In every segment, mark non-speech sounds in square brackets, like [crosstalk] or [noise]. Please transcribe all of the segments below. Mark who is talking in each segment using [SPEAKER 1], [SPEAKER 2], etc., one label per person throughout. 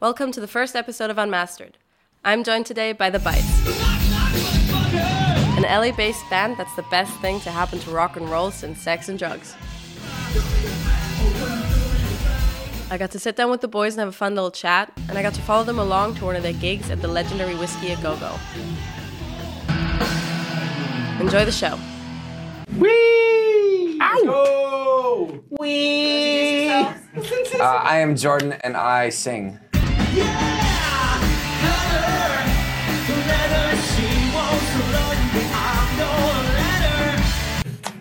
[SPEAKER 1] Welcome to the first episode of Unmastered. I'm joined today by The Bites, an LA based band that's the best thing to happen to rock and roll since sex and drugs. I got to sit down with the boys and have a fun little chat, and I got to follow them along to one of their gigs at the legendary Whiskey a Go Go. Enjoy the show.
[SPEAKER 2] Uh, I am Jordan and I sing.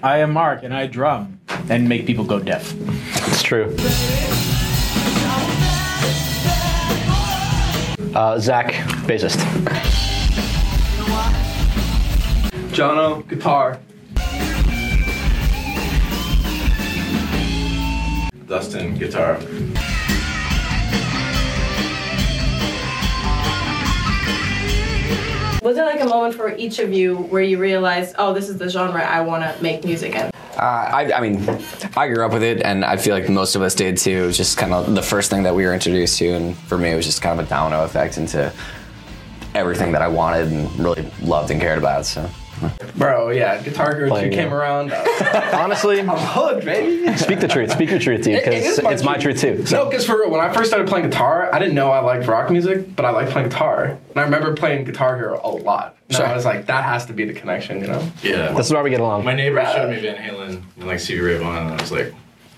[SPEAKER 3] I am Mark and I drum and make people go deaf.
[SPEAKER 4] It's true. Uh, Zach, bassist.
[SPEAKER 5] Jono, guitar. Dustin, guitar.
[SPEAKER 1] Was there like a moment for each of you where you realized, oh, this is the genre I want to make music in?
[SPEAKER 2] Uh, I, I mean, I grew up with it, and I feel like most of us did too. It was just kind of the first thing that we were introduced to, and for me, it was just kind of a domino effect into everything that I wanted and really loved and cared about. So,
[SPEAKER 5] Bro, yeah, Guitar Hero 2
[SPEAKER 4] Playing,
[SPEAKER 5] came
[SPEAKER 4] yeah.
[SPEAKER 5] around. [laughs] I was
[SPEAKER 4] Honestly,
[SPEAKER 5] hooked, baby.
[SPEAKER 4] speak the truth. Speak your truth, dude,
[SPEAKER 5] It
[SPEAKER 4] because
[SPEAKER 5] is
[SPEAKER 4] it's my truth too.
[SPEAKER 5] No, because for real, when I first started playing guitar, I didn't know I liked rock music, but I liked playing guitar. And I remember playing Guitar Hero a lot. And I was like, that has to be the connection, you know?
[SPEAKER 6] Yeah.
[SPEAKER 4] This is why we get along.
[SPEAKER 6] my neighbor showed me Van Halen and like Stevie Ray Vaughan, and I was like,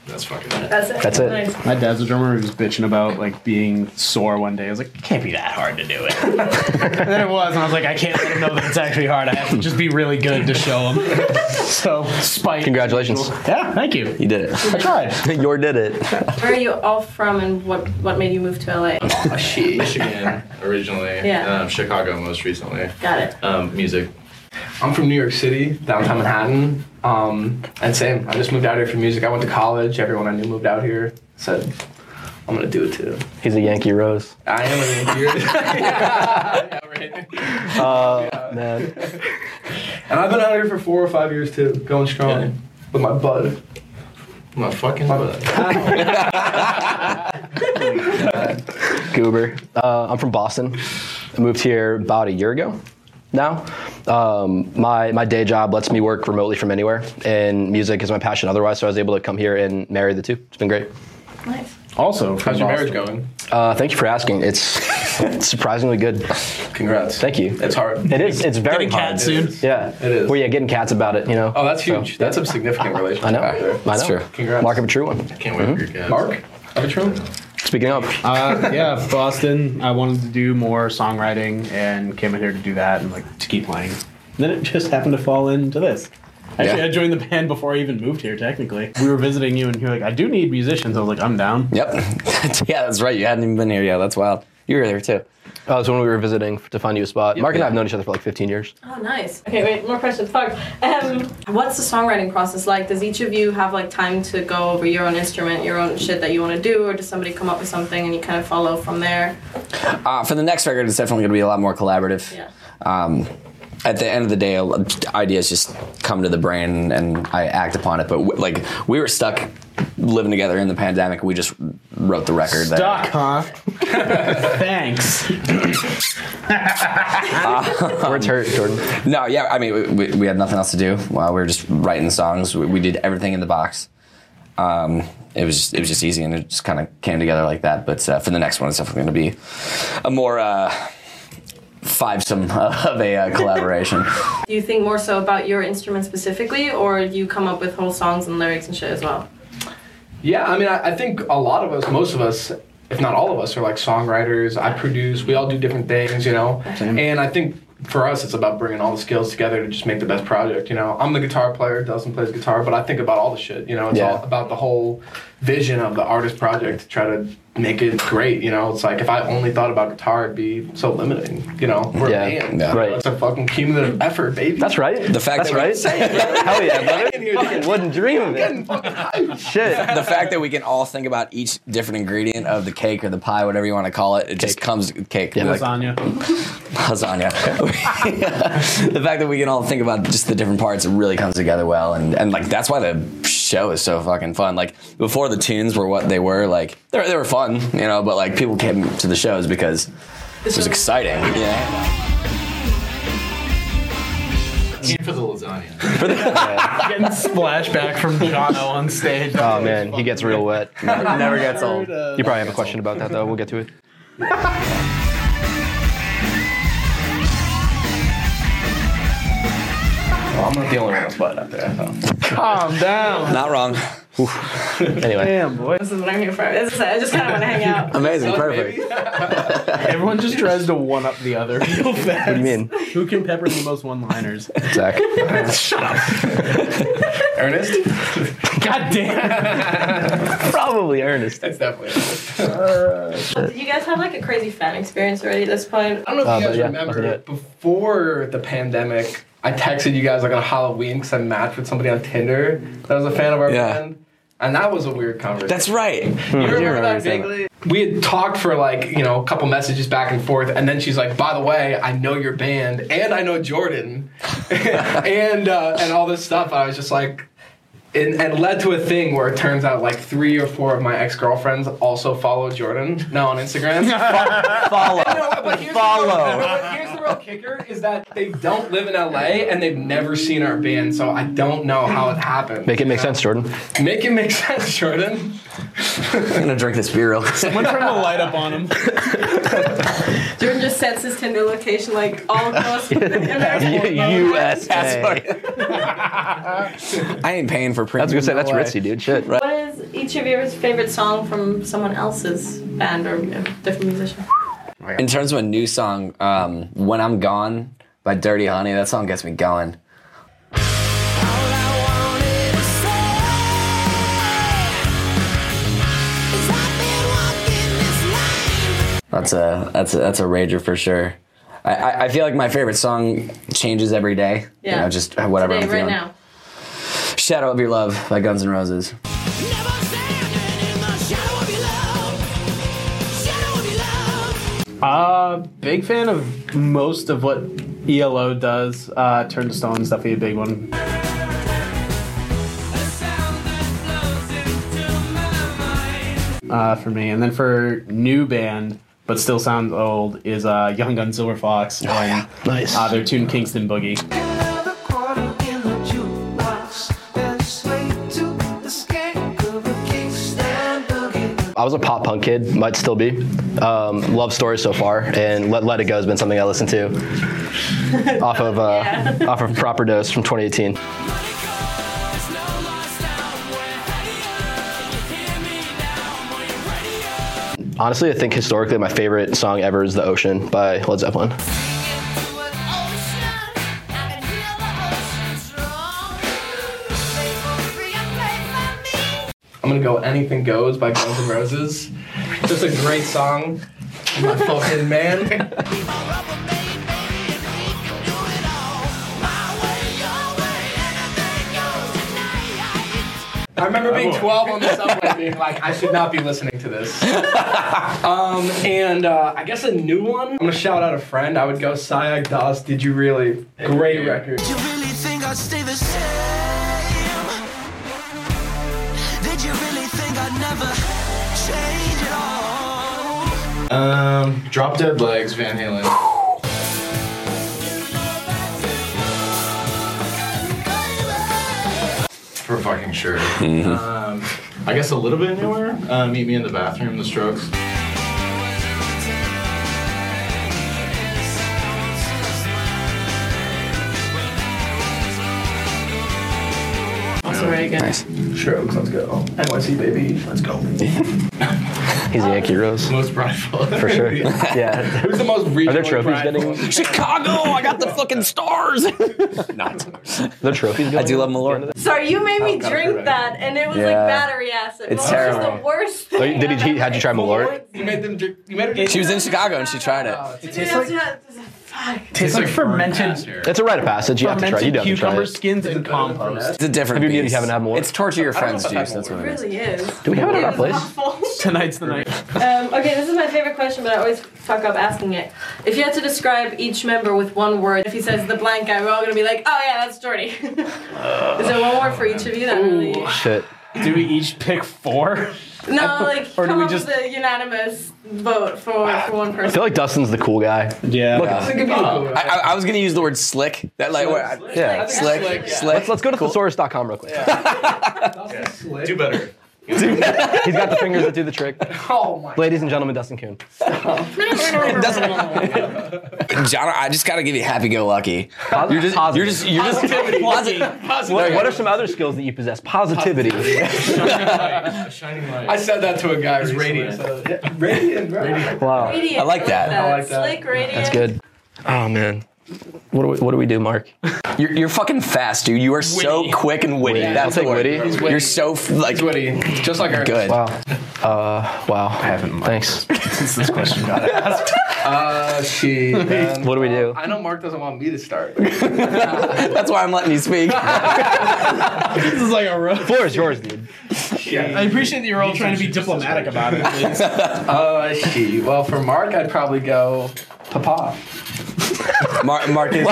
[SPEAKER 6] that's fucking it.
[SPEAKER 1] That's it.
[SPEAKER 4] That's it.
[SPEAKER 1] Nice.
[SPEAKER 3] My dad's a drummer who's bitching about like being sore one day. I was like, it can't be that hard to do it. [laughs] and then it was, and I was like, I can't let him know that it's actually hard. I have to just be really good to show [laughs] him. so spite.
[SPEAKER 4] Congratulations.
[SPEAKER 3] Yeah, thank you.
[SPEAKER 2] you did it.
[SPEAKER 3] I
[SPEAKER 2] [laughs]
[SPEAKER 3] tried.
[SPEAKER 4] Your did it.
[SPEAKER 1] Where are you all from and what, what made you move to LA?
[SPEAKER 6] Michigan originally,
[SPEAKER 1] Yeah.
[SPEAKER 6] um, Chicago most recently.
[SPEAKER 1] Got it.
[SPEAKER 6] Um, music.
[SPEAKER 5] I'm from New York City, downtown Manhattan. Um, and same, I just moved out here for music. I went to college. Everyone I knew moved out here. Said, I'm going to do it too.
[SPEAKER 4] He's a Yankee Rose.
[SPEAKER 5] I am a Yankee. Yeah, right.
[SPEAKER 4] Man.
[SPEAKER 5] And I've been out here for four or five years too, going strong
[SPEAKER 6] Yeah.
[SPEAKER 5] with my bud.
[SPEAKER 6] My fucking butt.
[SPEAKER 4] Goober. Uh, I'm from Boston. I moved here about a year ago now. Um, my, my day job lets me work remotely from anywhere, and music is my passion otherwise, so I was able to come here and marry the two. It's been great.
[SPEAKER 1] Nice.
[SPEAKER 3] Also, from
[SPEAKER 5] How's your
[SPEAKER 3] Boston.
[SPEAKER 5] marriage going?
[SPEAKER 4] Uh, thank you for asking. It's [laughs] surprisingly good.
[SPEAKER 5] Congrats.
[SPEAKER 4] Thank you.
[SPEAKER 5] It's hard.
[SPEAKER 4] It is. It's very
[SPEAKER 3] Getting
[SPEAKER 4] hard.
[SPEAKER 3] cats soon.
[SPEAKER 4] Yeah.
[SPEAKER 5] It is.
[SPEAKER 4] Well, yeah, getting cats about it. You know.
[SPEAKER 5] Oh, that's huge. that's a significant relationship
[SPEAKER 4] I know.
[SPEAKER 5] back there.
[SPEAKER 4] I
[SPEAKER 2] That's
[SPEAKER 4] know.
[SPEAKER 2] true.
[SPEAKER 5] Congrats.
[SPEAKER 4] Mark of a true one.
[SPEAKER 6] Can't wait for your guys.
[SPEAKER 5] Mark? Have a true?
[SPEAKER 4] Speaking of,
[SPEAKER 3] Uh, yeah, Boston. I wanted to do more songwriting and came in here to do that and like to keep playing. Then it just happened to fall into this. Actually,
[SPEAKER 2] Yeah.
[SPEAKER 3] I joined the band before I even moved here. Technically, we were visiting you, and you were like, "I do need musicians." I was like, "I'm down."
[SPEAKER 2] Yep. [laughs] yeah, that's right. You hadn't even been here. Yeah, that's wild. You were there too.
[SPEAKER 4] oh, it's when we were visiting to find you a spot. Mark and I have known each other for like 15 years.
[SPEAKER 1] Oh, nice. Okay, wait, more questions. Fuck. Um, what's the songwriting process like? Does each of you have like time to go over your own instrument, your own shit that you want to do, or does somebody come up with something and you kind of follow from there?
[SPEAKER 2] Uh, for the next record, it's definitely going to be a lot more collaborative.
[SPEAKER 1] Yeah.
[SPEAKER 2] um, at the end of the day, a lo- ideas just come to the brain and I act upon it. But w- like we were stuck living together in the pandemic, we just wrote the record. that-
[SPEAKER 3] Doc, huh?
[SPEAKER 4] [laughs]
[SPEAKER 3] Thanks.
[SPEAKER 4] Words hurt, Jordan.
[SPEAKER 2] No, yeah, I mean we, we, we had nothing else to do. While we were just writing songs, we, we did everything in the box. Um, it was just, it was just easy and it just kind of came together like that. But uh, for the next one, it's definitely going to be a more uh, fivesome [laughs] of a uh, [laughs] collaboration.
[SPEAKER 1] Do you think more so about your instrument specifically, or do you come up with whole songs and lyrics and shit as well?
[SPEAKER 5] Yeah, I mean, I, I think a lot of us, most of us, if not all of us, are like songwriters. I produce. We all do different things, you know. And I think for us, it's about bringing all the skills together to just make the best project. You know, I'm the guitar player. Dustin plays guitar, but I think about all the shit. You know, it's
[SPEAKER 2] Yeah.
[SPEAKER 5] all about the whole vision of the artist project to try to make it great. You know, it's like if I only thought about guitar, it'd be so limiting. You know, we're
[SPEAKER 4] Yeah,
[SPEAKER 5] a band.
[SPEAKER 2] yeah.
[SPEAKER 5] you know,
[SPEAKER 4] Right.
[SPEAKER 5] It's a fucking cumulative effort, baby.
[SPEAKER 4] That's right.
[SPEAKER 2] The fact
[SPEAKER 4] That's
[SPEAKER 2] that we
[SPEAKER 4] right. [laughs] Hell yeah, brother. Fucking wouldn't dream of it. Shit.
[SPEAKER 2] [laughs] the fact that we can all think about each different ingredient of the cake or the pie, whatever you want to call it, it just comes cake. Yeah,
[SPEAKER 3] Lasagna.
[SPEAKER 2] lasagna. [laughs] the fact that we can all think about just the different parts, it really comes together well, and and like that's why the show is so fucking fun. Like before the tunes were what they were, like they were, they were fun, you know, but like people came to the shows because it was exciting. Yeah.
[SPEAKER 6] for the lasagna.
[SPEAKER 3] Getting splashback from Jono on stage.
[SPEAKER 4] Oh man, he gets real [laughs] wet. You
[SPEAKER 2] Never gets old.
[SPEAKER 4] probably have a question about that though. We'll get to it.
[SPEAKER 5] I'm not the only one that's butt up there. I thought.
[SPEAKER 3] Calm down.
[SPEAKER 2] Not wrong.
[SPEAKER 4] Anyway,
[SPEAKER 3] Damn, boy.
[SPEAKER 1] This is what I'm here for. This is it. I just kind of want to hang out. [laughs]
[SPEAKER 2] Amazing. Perfect.
[SPEAKER 3] Everyone just tries to one up the other real fast.
[SPEAKER 4] what do you mean,
[SPEAKER 3] Who can pepper the most one
[SPEAKER 4] [laughs]
[SPEAKER 3] liners?
[SPEAKER 4] Zach?
[SPEAKER 5] [laughs] Ernest?
[SPEAKER 3] God damn.
[SPEAKER 4] probably Ernest.
[SPEAKER 5] That's definitely. Ernest.
[SPEAKER 1] Did you guys have like a crazy fan experience already at this point?
[SPEAKER 5] I don't know if
[SPEAKER 4] Uh,
[SPEAKER 5] you
[SPEAKER 4] but
[SPEAKER 5] guys
[SPEAKER 4] yeah, nothing
[SPEAKER 5] remember
[SPEAKER 4] yet.
[SPEAKER 5] before the pandemic. I texted you guys like on Halloween because I matched with somebody on Tinder that was a fan of our
[SPEAKER 2] Yeah.
[SPEAKER 5] band, and that was a weird conversation.
[SPEAKER 2] That's right.
[SPEAKER 4] Hmm.
[SPEAKER 5] you remember that
[SPEAKER 2] saying that.
[SPEAKER 5] vaguely? We had talked for like you know a couple messages back and forth, and then she's like, "By the way, I know your band, and I know Jordan, [laughs] and uh, and all this stuff." I was just like. And, and led to a thing where it turns out like three or four of my ex girlfriends also follow Jordan now on
[SPEAKER 4] [laughs]
[SPEAKER 5] Instagram.
[SPEAKER 2] Follow.
[SPEAKER 5] No, but here's The
[SPEAKER 2] Follow.
[SPEAKER 5] real, but here's the real kicker is that they don't live in LA and they've never seen our band, so I don't know how it happened.
[SPEAKER 4] Make it make sense, [laughs] Jordan.
[SPEAKER 5] Make it make sense, Jordan.
[SPEAKER 2] I'm gonna drink this beer real quick. [laughs]
[SPEAKER 3] Went from a light up on him.
[SPEAKER 1] Jordan just sends his Tinder location like all [laughs] across the
[SPEAKER 4] [laughs] U.S.
[SPEAKER 2] That's funny. I ain't paying for
[SPEAKER 4] I was
[SPEAKER 2] premium.
[SPEAKER 4] gonna say that's
[SPEAKER 2] no way.
[SPEAKER 4] ritzy, dude. Shit.
[SPEAKER 1] What is each of your favorite song from someone else's band or you know, different musician?
[SPEAKER 2] In terms of a new song, um, "When I'm Gone" by Dirty Honey, that song gets me going. That's a that's a, that's a rager for sure. I, I, I feel like my favorite song changes every day.
[SPEAKER 1] Yeah.
[SPEAKER 2] You know, just whatever
[SPEAKER 1] Today,
[SPEAKER 2] I'm feeling.
[SPEAKER 1] right now.
[SPEAKER 2] Shadow of Your Love by Guns N' Roses.
[SPEAKER 3] Uh, big fan of most of what ELO does. Uh, Turn to Stone is definitely a big one. Uh, for me, and then for new band but still sounds old is uh, Young Gun Silver Fox [laughs] and
[SPEAKER 4] Nice.
[SPEAKER 3] uh, their tune Kingston Boogie.
[SPEAKER 4] I was a pop punk kid, might still be. Um, love story so far, and Let, Let It Go has been something I listen to off of uh, [laughs] off of Proper Dose from 2018. Honestly, I think historically my favorite song ever is "The Ocean" by Led Zeppelin.
[SPEAKER 5] I'm gonna go Anything Goes by Guns N' Roses. Just a great song. My fucking man. I remember being 12 on the subway, being like, I should not be listening to [laughs] this. um, and uh, I guess a new one. I'm gonna shout out a friend. I would go Sayak Das. Did you really? Great record.
[SPEAKER 7] Did you really think I'd stay the same? Did you really think I'd never change at all?
[SPEAKER 6] Um, Drop Dead Legs, Van Halen. For fucking sure. Um, I guess a little bit newer. Uh, Meet Me in the Bathroom, The Strokes.
[SPEAKER 1] Also very good.
[SPEAKER 2] Nice.
[SPEAKER 5] Strokes, let's go. NYC baby, let's go.
[SPEAKER 4] He's a Yankee Rose
[SPEAKER 6] Most prideful.
[SPEAKER 4] for
[SPEAKER 2] [laughs]
[SPEAKER 4] sure. yeah.
[SPEAKER 5] Who's the most regional?
[SPEAKER 4] [laughs] Are there trophies getting?
[SPEAKER 2] Chicago, I got the fucking stars. [laughs] Not.
[SPEAKER 4] Are there trophies
[SPEAKER 2] I
[SPEAKER 4] going?
[SPEAKER 2] do love Malort.
[SPEAKER 1] Sorry, you made me drink
[SPEAKER 5] right.
[SPEAKER 1] that, and it was
[SPEAKER 2] Yeah.
[SPEAKER 1] like battery acid.
[SPEAKER 2] It's
[SPEAKER 1] Malort is
[SPEAKER 2] terrible.
[SPEAKER 1] the worst
[SPEAKER 4] So
[SPEAKER 1] thing
[SPEAKER 4] you- did
[SPEAKER 1] I've
[SPEAKER 4] he?
[SPEAKER 1] ever-
[SPEAKER 4] How'd you try Malort?
[SPEAKER 5] You made them drink. You made her drink.
[SPEAKER 2] She was in Chicago and she tried it.
[SPEAKER 5] Oh, it's-
[SPEAKER 1] Dude, I was- Fuck.
[SPEAKER 3] Tastes like fermented,
[SPEAKER 6] Faster.
[SPEAKER 4] It's a rite of passage. You have to try. it.
[SPEAKER 3] fermented
[SPEAKER 4] You have to try.
[SPEAKER 3] cucumber
[SPEAKER 4] it.
[SPEAKER 3] skins and compost.
[SPEAKER 2] It's a different
[SPEAKER 4] Have you- you
[SPEAKER 2] beast.
[SPEAKER 4] haven't had one?
[SPEAKER 2] It's torture your
[SPEAKER 5] don't know
[SPEAKER 2] friends
[SPEAKER 5] if I've had
[SPEAKER 2] juice. That's
[SPEAKER 5] one.
[SPEAKER 2] what
[SPEAKER 1] It
[SPEAKER 2] it is.
[SPEAKER 1] really is.
[SPEAKER 4] Do we have it at our
[SPEAKER 1] It is
[SPEAKER 4] place?
[SPEAKER 1] awful.
[SPEAKER 3] Tonight's the night.
[SPEAKER 1] Um, okay, this is my favorite question, but I always fuck up asking it. If you had to describe each member with one word, if he says the blank guy, we're all gonna be like, oh yeah, that's Jordy. [laughs] is there one word for each of you that really?
[SPEAKER 4] Shit.
[SPEAKER 3] [laughs] Do we each pick four?
[SPEAKER 1] No, like
[SPEAKER 3] or do
[SPEAKER 1] come
[SPEAKER 3] we
[SPEAKER 1] up
[SPEAKER 3] just-
[SPEAKER 1] with a unanimous vote for, for one
[SPEAKER 4] I feel
[SPEAKER 1] person.
[SPEAKER 4] like Dustin's the cool guy.
[SPEAKER 3] Yeah.
[SPEAKER 5] Oh,
[SPEAKER 2] I, I, I was gonna use the word slick. That like where-
[SPEAKER 4] Yeah.
[SPEAKER 2] slick,
[SPEAKER 5] Slick, yeah.
[SPEAKER 2] slick.
[SPEAKER 4] Let's let's go to thesaurus.com real quick. [laughs]
[SPEAKER 6] Do better.
[SPEAKER 4] He's got the fingers that do the trick.
[SPEAKER 5] Oh my
[SPEAKER 4] Ladies and gentlemen, Dustin Kuhn.
[SPEAKER 2] John, I just gotta give you happy go lucky. You're just, you're just, you're just. [laughs] Posi-
[SPEAKER 4] Wait, what are some other skills that you possess? Positivity.
[SPEAKER 6] A shining light.
[SPEAKER 5] I said that to a guy. He's radiant. Radiant, bro.
[SPEAKER 4] Wow.
[SPEAKER 1] Radiant,
[SPEAKER 2] I like that.
[SPEAKER 5] I like that.
[SPEAKER 1] Slick, radiant.
[SPEAKER 4] That's good. Oh man. What do we what do we do, Mark?
[SPEAKER 2] You're, you're fucking fast, dude. You are so quick and witty.
[SPEAKER 4] Witty.
[SPEAKER 2] That's
[SPEAKER 4] I'll take
[SPEAKER 2] the word.
[SPEAKER 4] witty. He's
[SPEAKER 5] witty.
[SPEAKER 2] You're so f- like
[SPEAKER 5] He's witty, just like our
[SPEAKER 2] good.
[SPEAKER 4] Wow. Uh wow. I haven't Thanks.
[SPEAKER 3] Since this question got asked.
[SPEAKER 5] Uh, she. [laughs] um,
[SPEAKER 4] What do we do?
[SPEAKER 5] I know Mark doesn't want me to
[SPEAKER 4] [laughs]
[SPEAKER 5] start.
[SPEAKER 2] That's why I'm letting you [laughs] speak.
[SPEAKER 3] This is like a rough.
[SPEAKER 4] Floor is yours, dude.
[SPEAKER 3] I appreciate that you're all trying to be diplomatic about it. please.
[SPEAKER 4] Oh,
[SPEAKER 5] Uh, she. Well, for Mark, I'd probably go Papa.
[SPEAKER 2] Mar- Mark is.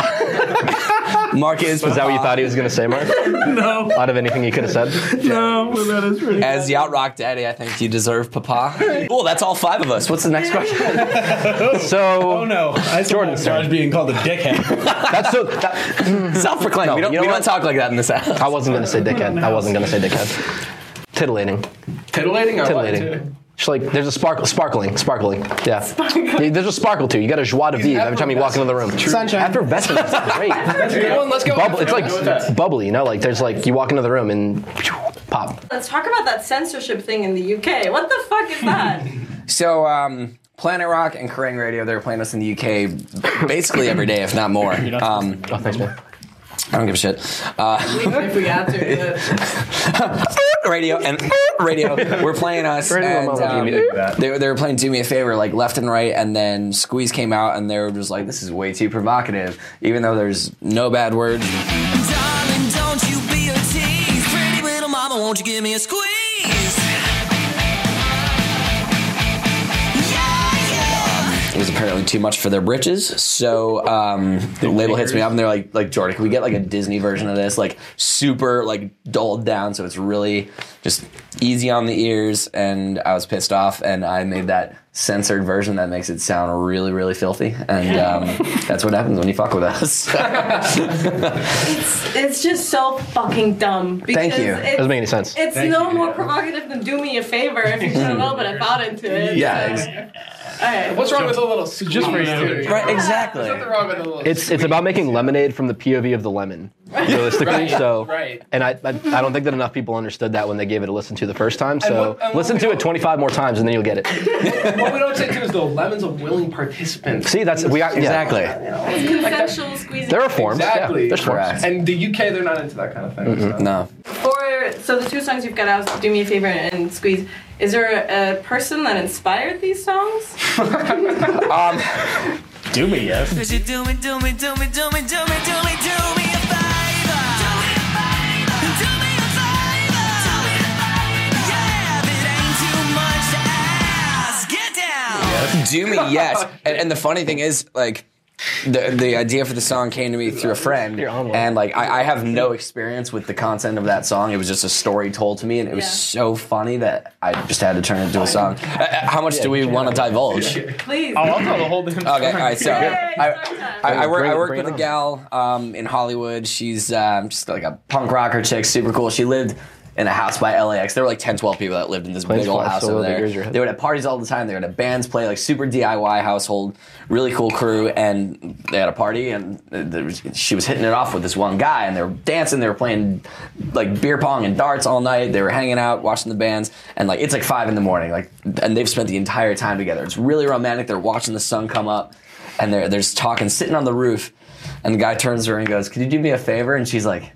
[SPEAKER 2] Mark is.
[SPEAKER 4] Is that what you thought he was gonna say, Mark?
[SPEAKER 3] no.
[SPEAKER 4] Out of anything he could have said.
[SPEAKER 3] No, but that is pretty.
[SPEAKER 2] As the outrock daddy, I think you deserve papa. Cool, that's all five of us. What's the next question?
[SPEAKER 3] Oh
[SPEAKER 4] So
[SPEAKER 3] no, I Jordan Sarge being called a dickhead.
[SPEAKER 4] that's so that,
[SPEAKER 2] Self-proclaimed. we don't,
[SPEAKER 4] you know
[SPEAKER 2] we don't
[SPEAKER 4] what?
[SPEAKER 2] talk like that in this house.
[SPEAKER 4] I wasn't gonna say dickhead. I wasn't gonna say dickhead. Titillating.
[SPEAKER 5] Titillating. I like to.
[SPEAKER 4] Titillating. Just like there's a sparkle, sparkling, sparkling. Yeah. Yeah, There's a sparkle too. You got a joie de vivre every time you walk into the room.
[SPEAKER 3] Sunshine.
[SPEAKER 4] Effervescence is great.
[SPEAKER 5] Good one, [laughs] let's go.
[SPEAKER 4] Bubble, it's
[SPEAKER 5] Let's go with that.
[SPEAKER 4] like bubbly, you know. Like there's like you walk into the room and pop.
[SPEAKER 1] Let's talk about that censorship thing in the UK. What the fuck is that?
[SPEAKER 2] So, um, Planet Rock and Kerrang Radio, they're playing us in the UK basically every day, if not more. Um,
[SPEAKER 4] Oh, thanks, man.
[SPEAKER 2] I don't give a shit.
[SPEAKER 1] Even if we had to. but-
[SPEAKER 2] [laughs] radio and radio were playing us
[SPEAKER 4] Radio
[SPEAKER 2] and
[SPEAKER 4] Mama.
[SPEAKER 2] um,
[SPEAKER 4] Do
[SPEAKER 3] me that.
[SPEAKER 2] they, were- they were playing do me a favor like left and right and then squeeze came out and they were just like this is way too provocative even though there's no bad words
[SPEAKER 7] Darling, don't you be a tease. Pretty little mama, won't you give me a squeeze? Yeah, yeah.
[SPEAKER 2] it was apparently too much for their britches so um, the label hits me up and they're like like jordan can we get like a disney version of this like super like dulled down so it's really just easy on the ears and i was pissed off and i made that censored version that makes it sound really really filthy and um, that's what happens when you fuck with us [laughs]
[SPEAKER 1] It's, it's just so fucking dumb. because
[SPEAKER 2] you.
[SPEAKER 1] it's-
[SPEAKER 4] Doesn't make any sense.
[SPEAKER 1] It's no more provocative than do me a favor if you put a little bit of thought into it.
[SPEAKER 2] Yeah,
[SPEAKER 1] So,
[SPEAKER 2] ex-
[SPEAKER 1] alright.
[SPEAKER 5] What's wrong with a little? Squeeze
[SPEAKER 3] for you.
[SPEAKER 5] too?
[SPEAKER 2] Right, exactly.
[SPEAKER 5] There's nothing wrong with a little.
[SPEAKER 4] It's it's about making lemonade from the POV of the lemon, realistically.
[SPEAKER 5] Right,
[SPEAKER 4] so,
[SPEAKER 5] [laughs] [laughs]
[SPEAKER 4] [laughs]
[SPEAKER 5] right.
[SPEAKER 4] and I, I I don't think that enough people understood that when they gave it a listen to the first time.
[SPEAKER 5] what-
[SPEAKER 4] So
[SPEAKER 5] and what
[SPEAKER 4] listen
[SPEAKER 5] we
[SPEAKER 4] to
[SPEAKER 5] don't-
[SPEAKER 4] it 25 more times and then you'll get it.
[SPEAKER 5] what we don't say too is the lemon's a willing participant.
[SPEAKER 4] See, that's we are yeah.
[SPEAKER 2] Exactly.
[SPEAKER 1] Consensual squeezing.
[SPEAKER 4] There are forms. yeah,
[SPEAKER 5] Exactly.
[SPEAKER 4] there's forms. Mm-hmm.
[SPEAKER 2] Correct.
[SPEAKER 5] And the UK, they're not into that kind of thing. so.
[SPEAKER 2] No.
[SPEAKER 1] Or so the two songs you've got out, do me a favor and squeeze. Is there a person that inspired these songs?
[SPEAKER 3] Do me, yes.
[SPEAKER 7] Cause you do me, do me, do me, do me, do me, do me, do me a favor. Do me a favor. Do me a favor. Do me a favor. Yeah, if it ain't too much to ask, get down.
[SPEAKER 2] Do me,
[SPEAKER 4] [laughs]
[SPEAKER 2] yes. And, and the funny thing is, like, the, the idea for the song came to me through a friend,
[SPEAKER 4] You're on one.
[SPEAKER 2] and like I, I have no experience with the content of that song. It was just a story told to me, and it was
[SPEAKER 1] Yeah.
[SPEAKER 2] so funny that I just had to turn it into a song. Uh, uh, How much do we want to divulge? Okay,
[SPEAKER 1] Please.
[SPEAKER 3] Oh, I'll tell the whole damn story.
[SPEAKER 2] all right. So
[SPEAKER 1] Yay,
[SPEAKER 2] I,
[SPEAKER 1] song time.
[SPEAKER 2] I, I work.
[SPEAKER 4] Bring it-
[SPEAKER 2] I worked
[SPEAKER 4] bring it
[SPEAKER 2] with a
[SPEAKER 4] on.
[SPEAKER 2] gal um, in Hollywood. She's um, just like a punk rocker chick, super cool. She lived in a house by LAX. There were like 10, 12 people that lived in this big old
[SPEAKER 4] fly
[SPEAKER 2] house
[SPEAKER 4] so
[SPEAKER 2] over
[SPEAKER 4] low, bigger
[SPEAKER 2] there.
[SPEAKER 4] is your head.
[SPEAKER 2] They would at parties all the time. They would at bands play, like super DIY household, really cool crew. And they had a party, and uh, there was, she was hitting it off with this one guy, and they were dancing. They were playing like beer pong and darts all night. They were hanging out, watching the bands, and like it's like five in the morning. Like, and they've spent the entire time together. It's really romantic. They're watching the sun come up, and they're they're just talking, sitting on the roof. And the guy turns to her and goes, "Could you do me a favor?" And she's like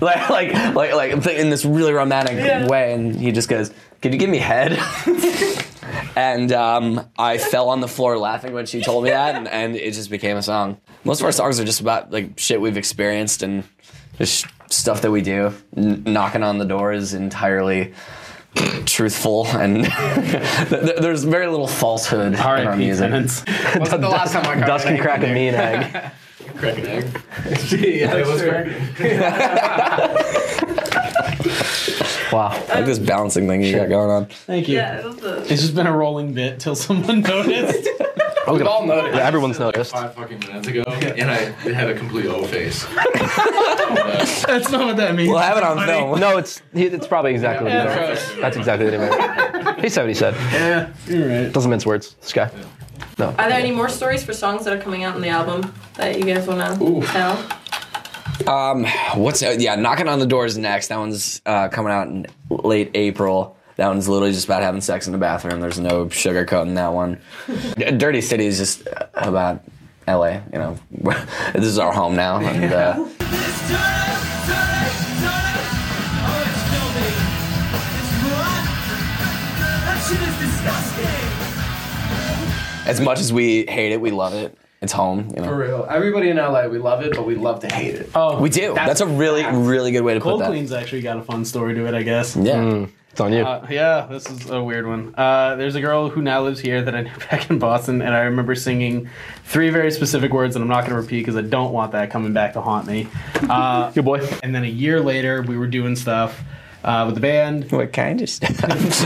[SPEAKER 2] [laughs] like like like like in this really romantic way, and he just goes, "Could you give me head?" And um, I fell on the floor laughing when she told me that, and, and it just became a song. Most of our songs are just about like shit we've experienced and just stuff that we do. N- knocking on the door is entirely truthful, and [laughs] th- th- there's very little falsehood in our
[SPEAKER 3] R.I.P.
[SPEAKER 2] music.
[SPEAKER 3] Tenants.
[SPEAKER 5] Wasn't the last time I cracked
[SPEAKER 4] Dust
[SPEAKER 5] an
[SPEAKER 4] can
[SPEAKER 5] egg
[SPEAKER 4] crack a
[SPEAKER 5] in
[SPEAKER 4] mean egg.
[SPEAKER 5] there? Crack an
[SPEAKER 4] [laughs]
[SPEAKER 5] egg. [laughs] yeah, it was crack.
[SPEAKER 4] Wow.
[SPEAKER 2] I like this balancing thing you got going on.
[SPEAKER 3] Thank you.
[SPEAKER 1] Yeah, that's the-
[SPEAKER 3] It's just been a rolling bit till someone [laughs] noticed.
[SPEAKER 5] We've all noticed.
[SPEAKER 4] Yeah, everyone's noticed.
[SPEAKER 6] Five fucking minutes ago, and I had a complete O face.
[SPEAKER 3] That's not what that means.
[SPEAKER 2] We'll have it on film.
[SPEAKER 4] No, it's he- it's probably exactly what he meant. That's exactly what he meant. He said what he said.
[SPEAKER 3] Yeah, you're right.
[SPEAKER 4] Doesn't mince words. This guy. No.
[SPEAKER 1] Are there any more stories for songs that are coming out in the album that you guys want to tell?
[SPEAKER 2] Um, what's uh, yeah? Knocking on the doors next. That one's uh, coming out in late April. That one's literally just about having sex in the bathroom. There's no sugarcoating that one. D- Dirty City is just uh, about L.A. You know, [laughs] this is our home now, and uh, as much as we hate it, we love it. It's home. You
[SPEAKER 5] For
[SPEAKER 2] know,
[SPEAKER 5] real. Everybody in LA, we love it, but we love to hate it.
[SPEAKER 3] Oh,
[SPEAKER 2] we do. That's, a really, really good way to put
[SPEAKER 3] Cold
[SPEAKER 2] that.
[SPEAKER 3] Queen's actually got a fun story to it, I guess.
[SPEAKER 2] Yeah.
[SPEAKER 4] It's on you.
[SPEAKER 3] Uh, yeah, this is a weird one. Uh, there's a girl who now lives here that I [laughs] knew back in Boston, and I remember singing three very specific words that I'm not going to repeat because I don't want that coming back to haunt me.
[SPEAKER 2] [laughs]
[SPEAKER 3] Uh,
[SPEAKER 4] Good boy.
[SPEAKER 3] and then a year later, we were doing stuff uh, with the band.
[SPEAKER 2] What kind of stuff?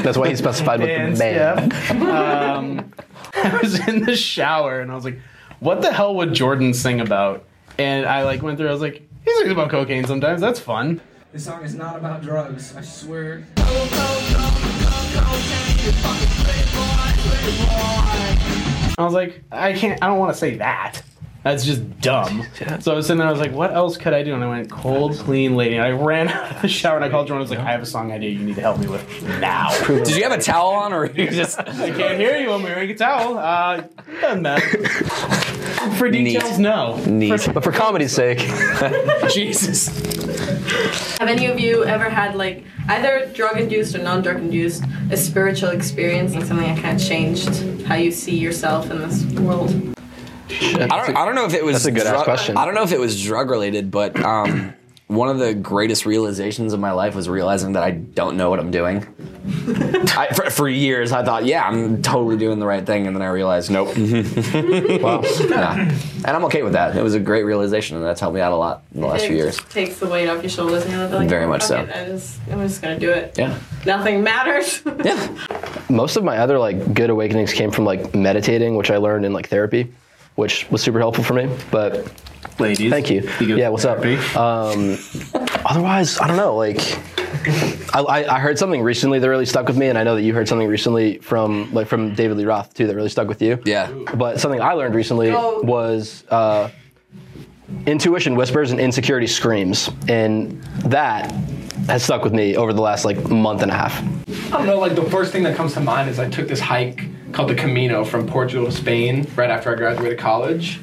[SPEAKER 4] That's why he
[SPEAKER 3] [laughs]
[SPEAKER 4] specified with the
[SPEAKER 3] Dance,
[SPEAKER 4] man. [laughs]
[SPEAKER 3] yeah. Um, I was in the shower and I was like, "What the hell would Jordan sing about?" And I like went through. I was like, "He sings about cocaine sometimes. That's fun."
[SPEAKER 8] This song is not about drugs, I swear.
[SPEAKER 3] I was like, "I can't. I don't want to say that. That's just dumb." So I was sitting there. I was like, "What else could I do?" And I went, "Cold, clean, lady." And I ran [laughs] out of the shower and I called Jordan. I was like, "I have a song idea. You need to help me with [laughs] now."
[SPEAKER 2] Did you have a towel on, or you just?
[SPEAKER 3] I can't hear you. I'm wearing a towel. Uh, doesn't [laughs] matter. For details, no.
[SPEAKER 2] Neat.
[SPEAKER 4] But for comedy's sake,
[SPEAKER 3] Jesus.
[SPEAKER 1] Have any of you ever had like either drug-induced or non-drug-induced a spiritual experience, like something that kind of changed how you see yourself in this world?
[SPEAKER 2] I don't, I don't know if it was
[SPEAKER 4] That's a good-ass
[SPEAKER 2] drug-
[SPEAKER 4] question.
[SPEAKER 2] I don't know if it was drug related, but um, [clears throat] one of the greatest realizations of my life was realizing that I don't know what I'm doing. I, for, for years, I thought, yeah, I'm totally doing the right thing, and then I realized, nope.
[SPEAKER 4] wow.
[SPEAKER 2] [laughs] Nah. And I'm okay with that. It was a great realization, and that's helped me out a lot in the last
[SPEAKER 1] it
[SPEAKER 2] few years.
[SPEAKER 1] just takes the weight off your shoulders, and you're like,
[SPEAKER 2] Very much
[SPEAKER 1] "Fuck
[SPEAKER 2] so.
[SPEAKER 1] it, I just, I'm just gonna do it.
[SPEAKER 2] Yeah.
[SPEAKER 1] Nothing matters.
[SPEAKER 2] [laughs] Yeah.
[SPEAKER 4] Most of my other like good awakenings came from like meditating, which I learned in like therapy, which was super helpful for me. But
[SPEAKER 3] ladies.
[SPEAKER 4] Thank you.
[SPEAKER 3] go
[SPEAKER 4] Yeah, what's up?
[SPEAKER 3] therapy.
[SPEAKER 4] Um, otherwise, I don't know. Like, I, I, I heard something recently that really stuck with me, and I know that you heard something recently from like from David Lee Roth too that really stuck with you.
[SPEAKER 2] Yeah.
[SPEAKER 4] But something I learned recently
[SPEAKER 1] Go.
[SPEAKER 4] was uh, intuition whispers and insecurity screams, and that has stuck with me over the last like month and a half.
[SPEAKER 5] I don't know, like the first thing that comes to mind is I took this hike called the Camino from Portugal to Spain right after I graduated college.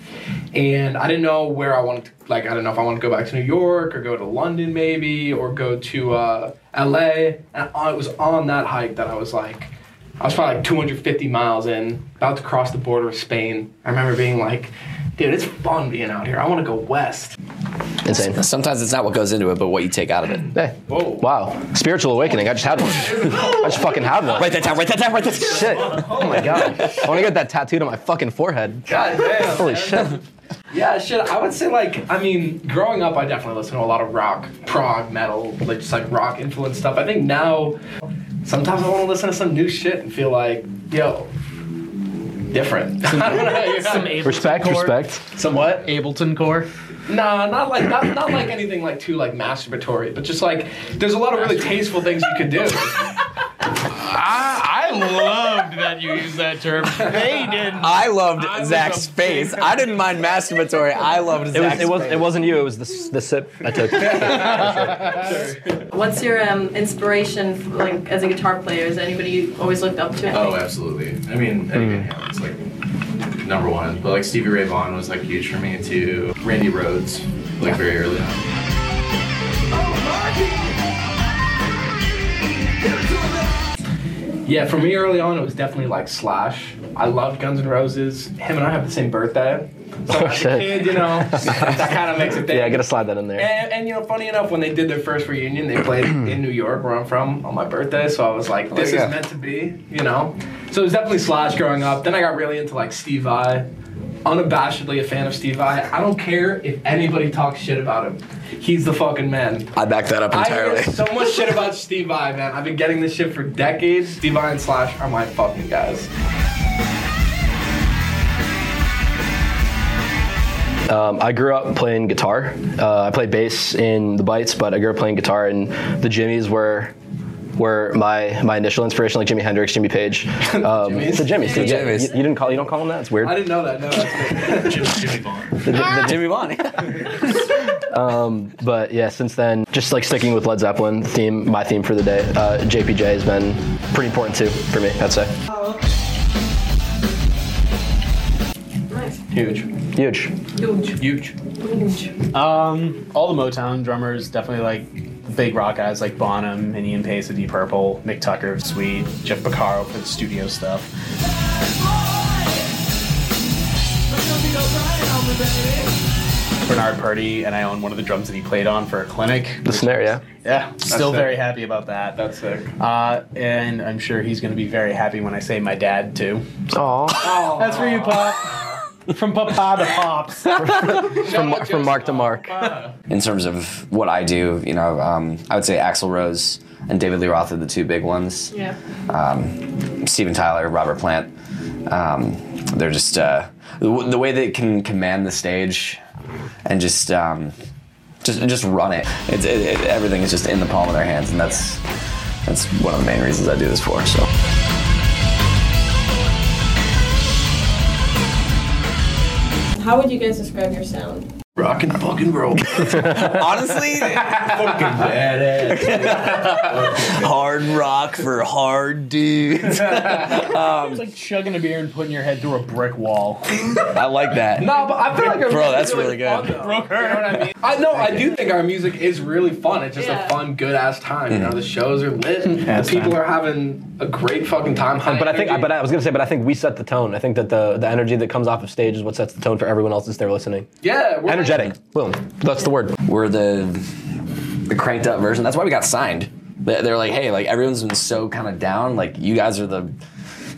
[SPEAKER 5] And I didn't know where I wanted to, like, I don't know if I wanted to go back to New York or go to London maybe or go to uh, LA. And I, it was on that hike that I was like, I was probably like 250 miles in, about to cross the border of Spain. I remember being like, dude, it's fun being out here. I want to go west.
[SPEAKER 4] Insane.
[SPEAKER 2] Sometimes it's not what goes into it, but what you take out of it.
[SPEAKER 4] [laughs] Hey.
[SPEAKER 5] Whoa.
[SPEAKER 4] Wow. Spiritual awakening. I just had one. I just fucking had one.
[SPEAKER 2] Write that down. Write that down. Write that down.
[SPEAKER 4] Shit. Oh my god. I want to get that tattooed on my fucking forehead.
[SPEAKER 5] God damn.
[SPEAKER 4] Holy shit.
[SPEAKER 5] Yeah, shit. I would say like I mean, growing up, I definitely listened to a lot of rock, prog, metal, like just like rock influenced stuff. I think now, sometimes I want to listen to some new shit and feel like, yo, different. [laughs] I don't know, you know?
[SPEAKER 3] Some Ableton
[SPEAKER 4] Respect,
[SPEAKER 3] core.
[SPEAKER 4] respect.
[SPEAKER 5] Some what?
[SPEAKER 3] Ableton core.
[SPEAKER 5] Nah, not like not, not like anything like too like masturbatory, but just like there's a lot of really tasteful things you could do.
[SPEAKER 3] I, I loved that you used that term. They didn't.
[SPEAKER 2] I loved
[SPEAKER 3] I was
[SPEAKER 2] Zach's
[SPEAKER 3] a
[SPEAKER 2] face. I didn't mind masturbatory. I loved
[SPEAKER 4] It was.
[SPEAKER 2] Zach's
[SPEAKER 4] It was.
[SPEAKER 2] face.
[SPEAKER 4] It wasn't you. It was the s- the sip I
[SPEAKER 1] [laughs]
[SPEAKER 4] took.
[SPEAKER 1] What's your um, inspiration, f- like as a guitar player? Is there anybody you always looked up to?
[SPEAKER 6] Oh, absolutely. I mean, Eddie Van Halen's like number one, but like Stevie Ray Vaughan was like huge for me too. Randy Rhodes, like very early on.
[SPEAKER 5] Yeah, for me early on, it was definitely like Slash. I loved Guns N' Roses. Him and I have the same birthday. So
[SPEAKER 4] Oh,
[SPEAKER 5] as a
[SPEAKER 4] shit.
[SPEAKER 5] kid, you know, that kind of makes it thing.
[SPEAKER 4] Yeah, I gotta slide that in there.
[SPEAKER 5] And, and you know, funny enough, when they did their first reunion, they
[SPEAKER 2] [clears throat]
[SPEAKER 5] played in New York, where I'm from, on my birthday. So I was like, "This
[SPEAKER 2] Oh, yeah.
[SPEAKER 5] is meant to be," you know. So it was definitely Slash growing up. Then I got really into like Steve I, unabashedly a fan of Steve I. I don't care if anybody talks shit about him; he's the fucking man.
[SPEAKER 2] I back that up
[SPEAKER 5] I
[SPEAKER 2] entirely.
[SPEAKER 5] hear so much shit about Steve I, man. I've been getting this shit for decades. Steve I and Slash are my fucking guys.
[SPEAKER 4] Um, I grew up playing guitar. Uh, I played bass in the Bites, but I grew up playing guitar, and the Jimmies were were my my initial inspiration, like Jimi Hendrix, Jimmy Page. Um,
[SPEAKER 5] Jimmies?
[SPEAKER 4] The Jimmies.
[SPEAKER 2] The
[SPEAKER 4] yeah,
[SPEAKER 2] Jimmies.
[SPEAKER 4] You, you didn't call you don't call them that. It's weird.
[SPEAKER 5] I didn't know that. No, that's good.
[SPEAKER 6] Jimmy, Jimmy Bond.
[SPEAKER 4] The, the
[SPEAKER 2] Jimmy Bonnie.
[SPEAKER 4] But yeah, since then, just like sticking with Led Zeppelin theme, my theme for the day, uh, JPJ has been pretty important too for me. I'd say
[SPEAKER 1] Nice.
[SPEAKER 5] huge.
[SPEAKER 4] huge.
[SPEAKER 1] Huge.
[SPEAKER 5] Huge.
[SPEAKER 1] Huge.
[SPEAKER 3] Um, all the Motown drummers definitely like the big rock guys like Bonham and Ian Pace of Deep Purple, Mick Tucker of Sweet, Jeff Beccaro for the studio stuff. Bernard Purdy and I own one of the drums that he played on for a clinic.
[SPEAKER 4] The snare, yeah.
[SPEAKER 3] Yeah, still
[SPEAKER 5] sick.
[SPEAKER 3] very happy about that.
[SPEAKER 5] That's sick.
[SPEAKER 3] Uh, and I'm sure he's going to be very happy when I say my dad too.
[SPEAKER 4] Aw.
[SPEAKER 3] That's for you, Pop. From Papa to Pops.
[SPEAKER 4] from, Mar- from Mark to Mark.
[SPEAKER 2] [laughs] in terms of what I do, you know, um, I would say Axl Rose and David Lee Roth are the two big ones.
[SPEAKER 1] Yeah.
[SPEAKER 2] Steven Tyler, Robert Plant. Um, they're just uh, the, w- the way they can command the stage and just um, just just run it. It's it, it. Everything is just in the palm of their hands, and that's that's one of the main reasons I do this for. So.
[SPEAKER 1] How would you guys describe your sound?
[SPEAKER 5] Rock and fucking roll.
[SPEAKER 2] [laughs]
[SPEAKER 9] Honestly, hard rock for hard dudes.
[SPEAKER 3] It's like chugging a beer and putting your head through a brick wall.
[SPEAKER 9] I like that.
[SPEAKER 5] No, but I feel like our
[SPEAKER 9] Bro,
[SPEAKER 5] music's
[SPEAKER 9] that's really
[SPEAKER 5] fun,
[SPEAKER 9] good.
[SPEAKER 5] though. You know what I mean? I know. I do think our music is really fun. It's just
[SPEAKER 1] Yeah.
[SPEAKER 5] a fun, good ass time. You
[SPEAKER 4] Mm-hmm.
[SPEAKER 5] know, the shows are lit. the
[SPEAKER 3] it's
[SPEAKER 5] people
[SPEAKER 3] fun.
[SPEAKER 5] are having a great fucking time. high
[SPEAKER 4] But I think,
[SPEAKER 5] energy.
[SPEAKER 4] but I was gonna say, but I think we set the tone. I think that the the energy that comes off of stage is what sets the tone for everyone else that's there listening.
[SPEAKER 5] yeah, we're
[SPEAKER 4] Energetic. Boom. That's the word.
[SPEAKER 2] we're the the cranked up version. That's why we got signed. They- They're like, hey, like everyone's been so kind of down. Like you guys are the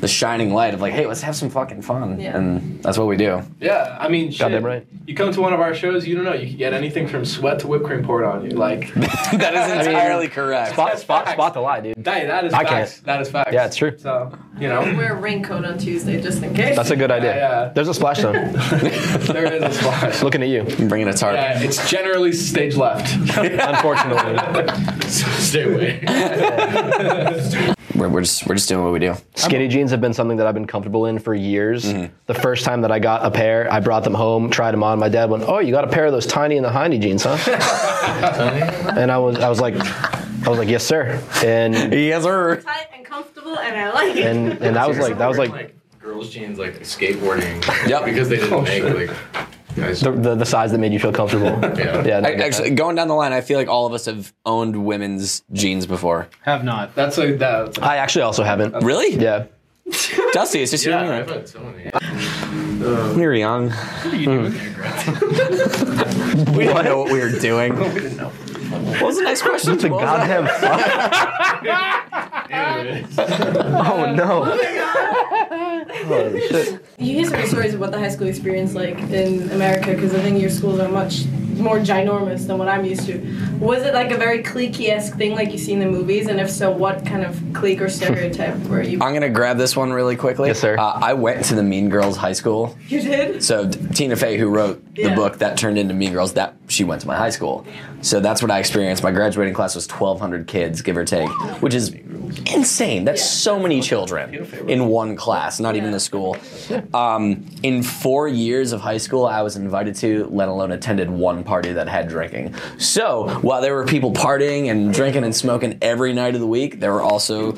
[SPEAKER 2] the shining light of like, hey, let's have some fucking fun,
[SPEAKER 1] Yeah.
[SPEAKER 2] and that's what we do.
[SPEAKER 5] Yeah, I mean, shit.
[SPEAKER 4] Goddamn right.
[SPEAKER 5] You come to one of our shows, you don't know. You can get anything from sweat to whipped cream poured on you. Like,
[SPEAKER 2] [laughs] [laughs]
[SPEAKER 4] [laughs]
[SPEAKER 2] that is entirely correct.
[SPEAKER 4] Spot, spot,
[SPEAKER 5] facts.
[SPEAKER 4] spot the lie, dude.
[SPEAKER 5] that, that is
[SPEAKER 4] I
[SPEAKER 5] facts.
[SPEAKER 4] can't.
[SPEAKER 5] That is facts.
[SPEAKER 4] Yeah, it's true.
[SPEAKER 5] So you know,
[SPEAKER 1] Wear a raincoat on Tuesday just in case.
[SPEAKER 4] That's a good idea.
[SPEAKER 5] yeah.
[SPEAKER 4] There's a splash zone.
[SPEAKER 5] there is a splash.
[SPEAKER 4] [laughs] Looking
[SPEAKER 5] [laughs]
[SPEAKER 4] at you,
[SPEAKER 2] I'm bringing a tarp.
[SPEAKER 5] Yeah, it's generally stage left. [laughs]
[SPEAKER 4] unfortunately.
[SPEAKER 5] Stay away.
[SPEAKER 2] We're, we're just we're just doing what we do.
[SPEAKER 4] Skinny jeans have been something that I've been comfortable in for years.
[SPEAKER 5] Mm-hmm.
[SPEAKER 4] The first time that I got a pair, I brought them home, tried them on. My dad went, "Oh, you got a pair of those tiny and the hiney jeans, huh?"
[SPEAKER 5] [laughs]
[SPEAKER 4] and I was, I was like, I was like, "Yes, sir." And
[SPEAKER 2] Yes, sir.
[SPEAKER 1] Tight and comfortable, and I like it.
[SPEAKER 4] and and that was like, that was
[SPEAKER 6] Wearing,
[SPEAKER 4] like
[SPEAKER 6] girls' jeans, like skateboarding.
[SPEAKER 2] Yep.
[SPEAKER 6] Because they didn't
[SPEAKER 5] Oh,
[SPEAKER 6] make
[SPEAKER 5] shit.
[SPEAKER 6] like guys.
[SPEAKER 4] the, the the size that made you feel comfortable.
[SPEAKER 5] [laughs]
[SPEAKER 6] yeah.
[SPEAKER 4] Yeah, no,
[SPEAKER 2] I, actually, going down the line, I feel like all of us have owned women's jeans before.
[SPEAKER 3] Have not.
[SPEAKER 5] That's like that.
[SPEAKER 4] I actually also haven't.
[SPEAKER 2] Really?
[SPEAKER 4] Yeah.
[SPEAKER 2] Dusty, it's just you and me,
[SPEAKER 6] Yeah, I've
[SPEAKER 2] right?
[SPEAKER 6] had so many.
[SPEAKER 2] When we were young. [laughs] we didn't know what we were doing. what was the next question?
[SPEAKER 4] The
[SPEAKER 2] What was that?
[SPEAKER 4] goddamn fuck.
[SPEAKER 6] Anyways.
[SPEAKER 4] Oh no. Holy shit.
[SPEAKER 1] You hear so many stories about the high school experience, like in America, because I think your schools are much more ginormous than what I'm used to. Was it like a very clique-esque thing, like you see in the movies? And if so, what kind of clique or stereotype were you?
[SPEAKER 2] I'm gonna grab this one really quickly.
[SPEAKER 4] Yes, sir.
[SPEAKER 2] Uh, I went to the Mean Girls high school.
[SPEAKER 1] You did?
[SPEAKER 2] So t- Tina Fey, who wrote the
[SPEAKER 1] Yeah.
[SPEAKER 2] book that turned into Mean Girls, that she went to my high school. So that's what I experienced. My graduating class was 1,200 kids, give or take, which is insane. That's so many children in one class, not even
[SPEAKER 1] Yeah.
[SPEAKER 2] the school. Um, in four years of high school, I was invited to, let alone attended one party that had drinking. So while there were people partying and drinking and smoking every night of the week, there were also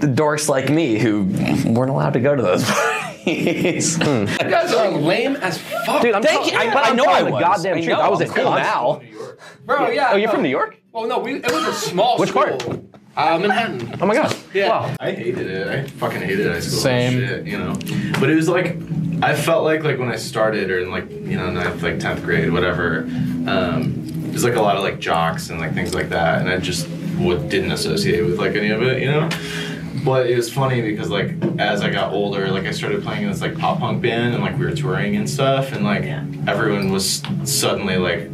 [SPEAKER 2] the dorks like me who weren't allowed to go to those [laughs] parties.
[SPEAKER 5] You guys are lame as fuck,
[SPEAKER 4] Dude, I'm
[SPEAKER 2] Thank you.
[SPEAKER 4] telling-
[SPEAKER 2] I-
[SPEAKER 4] but
[SPEAKER 2] I know
[SPEAKER 4] telling
[SPEAKER 2] I
[SPEAKER 4] the
[SPEAKER 2] was.
[SPEAKER 4] goddamn
[SPEAKER 2] I
[SPEAKER 4] truth.
[SPEAKER 2] know,
[SPEAKER 4] I was
[SPEAKER 2] I'm
[SPEAKER 4] at
[SPEAKER 2] cool [laughs]
[SPEAKER 4] Cubs.
[SPEAKER 2] now.
[SPEAKER 5] bro. Yeah.
[SPEAKER 4] Oh, you're
[SPEAKER 5] no.
[SPEAKER 4] from New York?
[SPEAKER 5] Well, no, we it was a small
[SPEAKER 4] Which
[SPEAKER 5] school.
[SPEAKER 4] part?
[SPEAKER 5] Uh, Manhattan.
[SPEAKER 4] Oh my god.
[SPEAKER 5] Yeah.
[SPEAKER 4] Wow.
[SPEAKER 6] I hated it. I fucking hated high school.
[SPEAKER 3] Same.
[SPEAKER 6] Shit, you know, but it was like I felt like like when I started or in like you know ninth like tenth grade whatever. Um, it was like a lot of like jocks and like things like that, and I just would, didn't associate with like any of it, you know. But it was funny because like as I got older, like I started playing in this like pop punk band and like we were touring and stuff, and like everyone was suddenly like,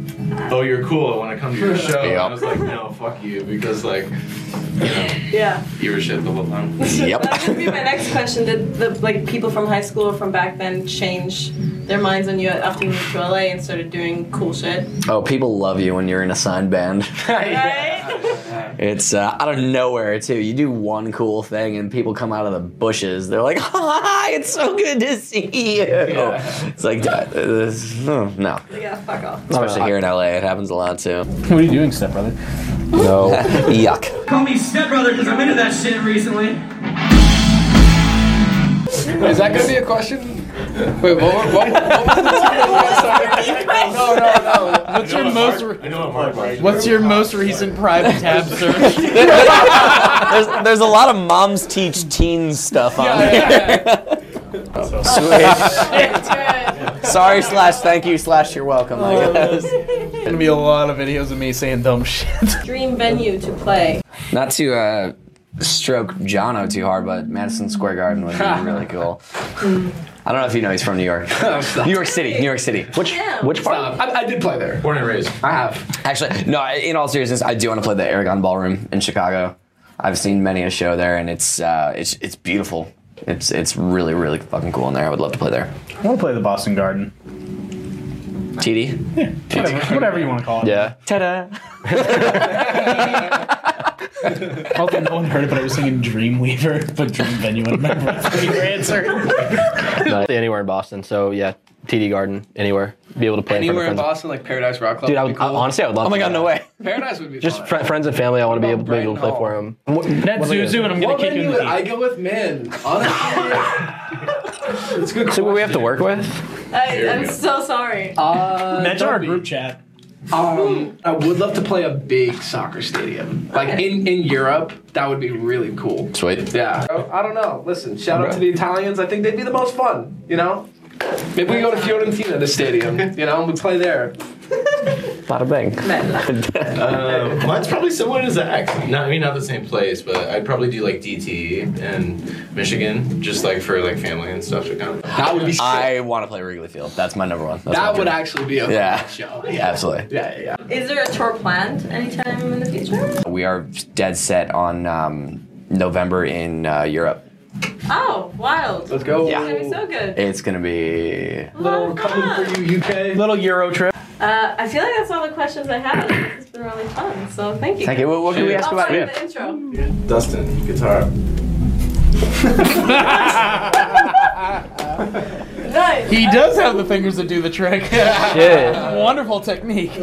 [SPEAKER 6] "Oh, you're cool. I want to come to your show." And I was like, "No, fuck you," because like you know
[SPEAKER 1] Yeah.
[SPEAKER 6] you were shit the whole time.
[SPEAKER 9] Yep.
[SPEAKER 1] That's gonna be my next question. Did the like people from high school or from back then change their minds on you after you moved to LA and started doing cool shit?
[SPEAKER 2] [laughs] Oh, people love you when you're in a signed band.
[SPEAKER 1] Right?
[SPEAKER 2] It's uh, out of nowhere too. You do one cool thing, and people come out of the bushes. They're like, [laughs] "Hi, it's so good to see you." It's like that. This- hmm, no,
[SPEAKER 1] [laughs] yeah, fuck [laughs] off.
[SPEAKER 2] especially here in LA, it happens a lot too. [laughs]
[SPEAKER 3] What are you doing, stepbrother?
[SPEAKER 4] No.
[SPEAKER 2] Yuck.
[SPEAKER 8] Call me stepbrother because I'm into that shit recently.
[SPEAKER 5] Is that gonna be a question? Wait, what? what, what, what was the no, no, no.
[SPEAKER 3] What's your most?
[SPEAKER 6] I know what Mark likes.
[SPEAKER 3] What's your most recent private tab search?
[SPEAKER 9] There's, there's a lot of moms teach teens stuff on
[SPEAKER 3] Yeah, yeah,
[SPEAKER 9] [laughs] here. Sorry slash thank you slash you're welcome.
[SPEAKER 2] Oh,
[SPEAKER 9] I guess.
[SPEAKER 3] Gonna be a lot of videos of me saying dumb [laughs] shit.
[SPEAKER 1] Dream venue to play.
[SPEAKER 2] Not to uh, stroke Jono too hard, but Madison Square Garden
[SPEAKER 5] [laughs]
[SPEAKER 2] would be really cool.
[SPEAKER 5] Mm.
[SPEAKER 2] I don't know if you know he's from New York.
[SPEAKER 5] Oh,
[SPEAKER 2] New York City, New York City.
[SPEAKER 4] Which
[SPEAKER 1] Yeah.
[SPEAKER 4] which part?
[SPEAKER 5] I, I did play there.
[SPEAKER 6] born and raised?
[SPEAKER 5] I have.
[SPEAKER 2] Actually, no. I- In all seriousness, I do want to play the Aragon Ballroom in Chicago. I've seen many a show there, and it's uh, it's it's beautiful. It's it's really really fucking cool in there. I would love to play there.
[SPEAKER 3] I want to play the Boston Garden.
[SPEAKER 2] TD.
[SPEAKER 3] Whatever, whatever you want to call it.
[SPEAKER 4] Yeah.
[SPEAKER 9] Ta-da.
[SPEAKER 3] Also, no one heard it, but I was singing Dreamweaver, but Dream Venue. [laughs] I remember your answer.
[SPEAKER 4] Not anywhere in Boston. So yeah, TD Garden, anywhere. Be able to play
[SPEAKER 5] Anywhere in
[SPEAKER 4] in front of friends.
[SPEAKER 5] Boston, like Paradise Rock Club.
[SPEAKER 4] Dude, I
[SPEAKER 5] would
[SPEAKER 4] would
[SPEAKER 5] be cool.
[SPEAKER 4] I- honestly, I would love.
[SPEAKER 9] Oh my
[SPEAKER 4] to
[SPEAKER 9] god,
[SPEAKER 4] do
[SPEAKER 9] no
[SPEAKER 4] that.
[SPEAKER 9] way.
[SPEAKER 5] Paradise would be
[SPEAKER 4] Just
[SPEAKER 5] fun.
[SPEAKER 4] fr- friends and family. I want to be
[SPEAKER 5] What
[SPEAKER 4] able,
[SPEAKER 5] about
[SPEAKER 4] be able to play
[SPEAKER 5] Brighton
[SPEAKER 4] for
[SPEAKER 5] Hall?
[SPEAKER 4] them.
[SPEAKER 3] Net Zuzu, and I'm gonna
[SPEAKER 5] What
[SPEAKER 3] kick
[SPEAKER 5] venue
[SPEAKER 3] you in
[SPEAKER 5] would
[SPEAKER 3] the
[SPEAKER 5] I
[SPEAKER 3] heat.
[SPEAKER 5] go with men? Honestly, it's a good.
[SPEAKER 4] See what we have to work with.
[SPEAKER 1] I, I'm so sorry.
[SPEAKER 3] Mention our group chat.
[SPEAKER 5] Um, I would love to play a big soccer stadium, like in in Europe. That would be really cool.
[SPEAKER 2] Sweet.
[SPEAKER 5] Yeah. I don't know. Listen, shout out to the Italians. I think they'd be the most fun. You know. Maybe we go to Fiorentina, the stadium. You know, and we play there.
[SPEAKER 4] Bada bang.
[SPEAKER 6] Um, [laughs] mine's probably similar to Zach's. Not, I mean, not the same place, but I'd probably do like DT and Michigan, just like for like family and stuff to come.
[SPEAKER 5] That would be. Sick.
[SPEAKER 2] I want to play Wrigley Field. That's my number one. That's
[SPEAKER 5] that
[SPEAKER 2] my
[SPEAKER 5] would
[SPEAKER 2] dream.
[SPEAKER 5] actually be a fun
[SPEAKER 2] Yeah.
[SPEAKER 5] show.
[SPEAKER 2] Yeah, absolutely.
[SPEAKER 5] Yeah, yeah, yeah.
[SPEAKER 1] Is there a tour planned anytime in the future?
[SPEAKER 2] We are dead set on um, November in uh, Europe.
[SPEAKER 1] Oh, wild.
[SPEAKER 5] Let's go.
[SPEAKER 1] It's gonna be so good.
[SPEAKER 2] It's gonna be.
[SPEAKER 5] Little coming for you, UK.
[SPEAKER 3] Little Euro trip.
[SPEAKER 1] Uh, I feel like that's all the questions I have. It's been really fun, so thank you.
[SPEAKER 2] Thank you. What, what can we ask
[SPEAKER 1] Oh,
[SPEAKER 2] about?
[SPEAKER 1] sorry,
[SPEAKER 2] Yeah.
[SPEAKER 1] the intro.
[SPEAKER 6] Dustin,
[SPEAKER 1] [laughs]
[SPEAKER 6] guitar.
[SPEAKER 1] Nice.
[SPEAKER 3] He does have the fingers that do the trick.
[SPEAKER 4] Yeah.
[SPEAKER 3] Wonderful technique.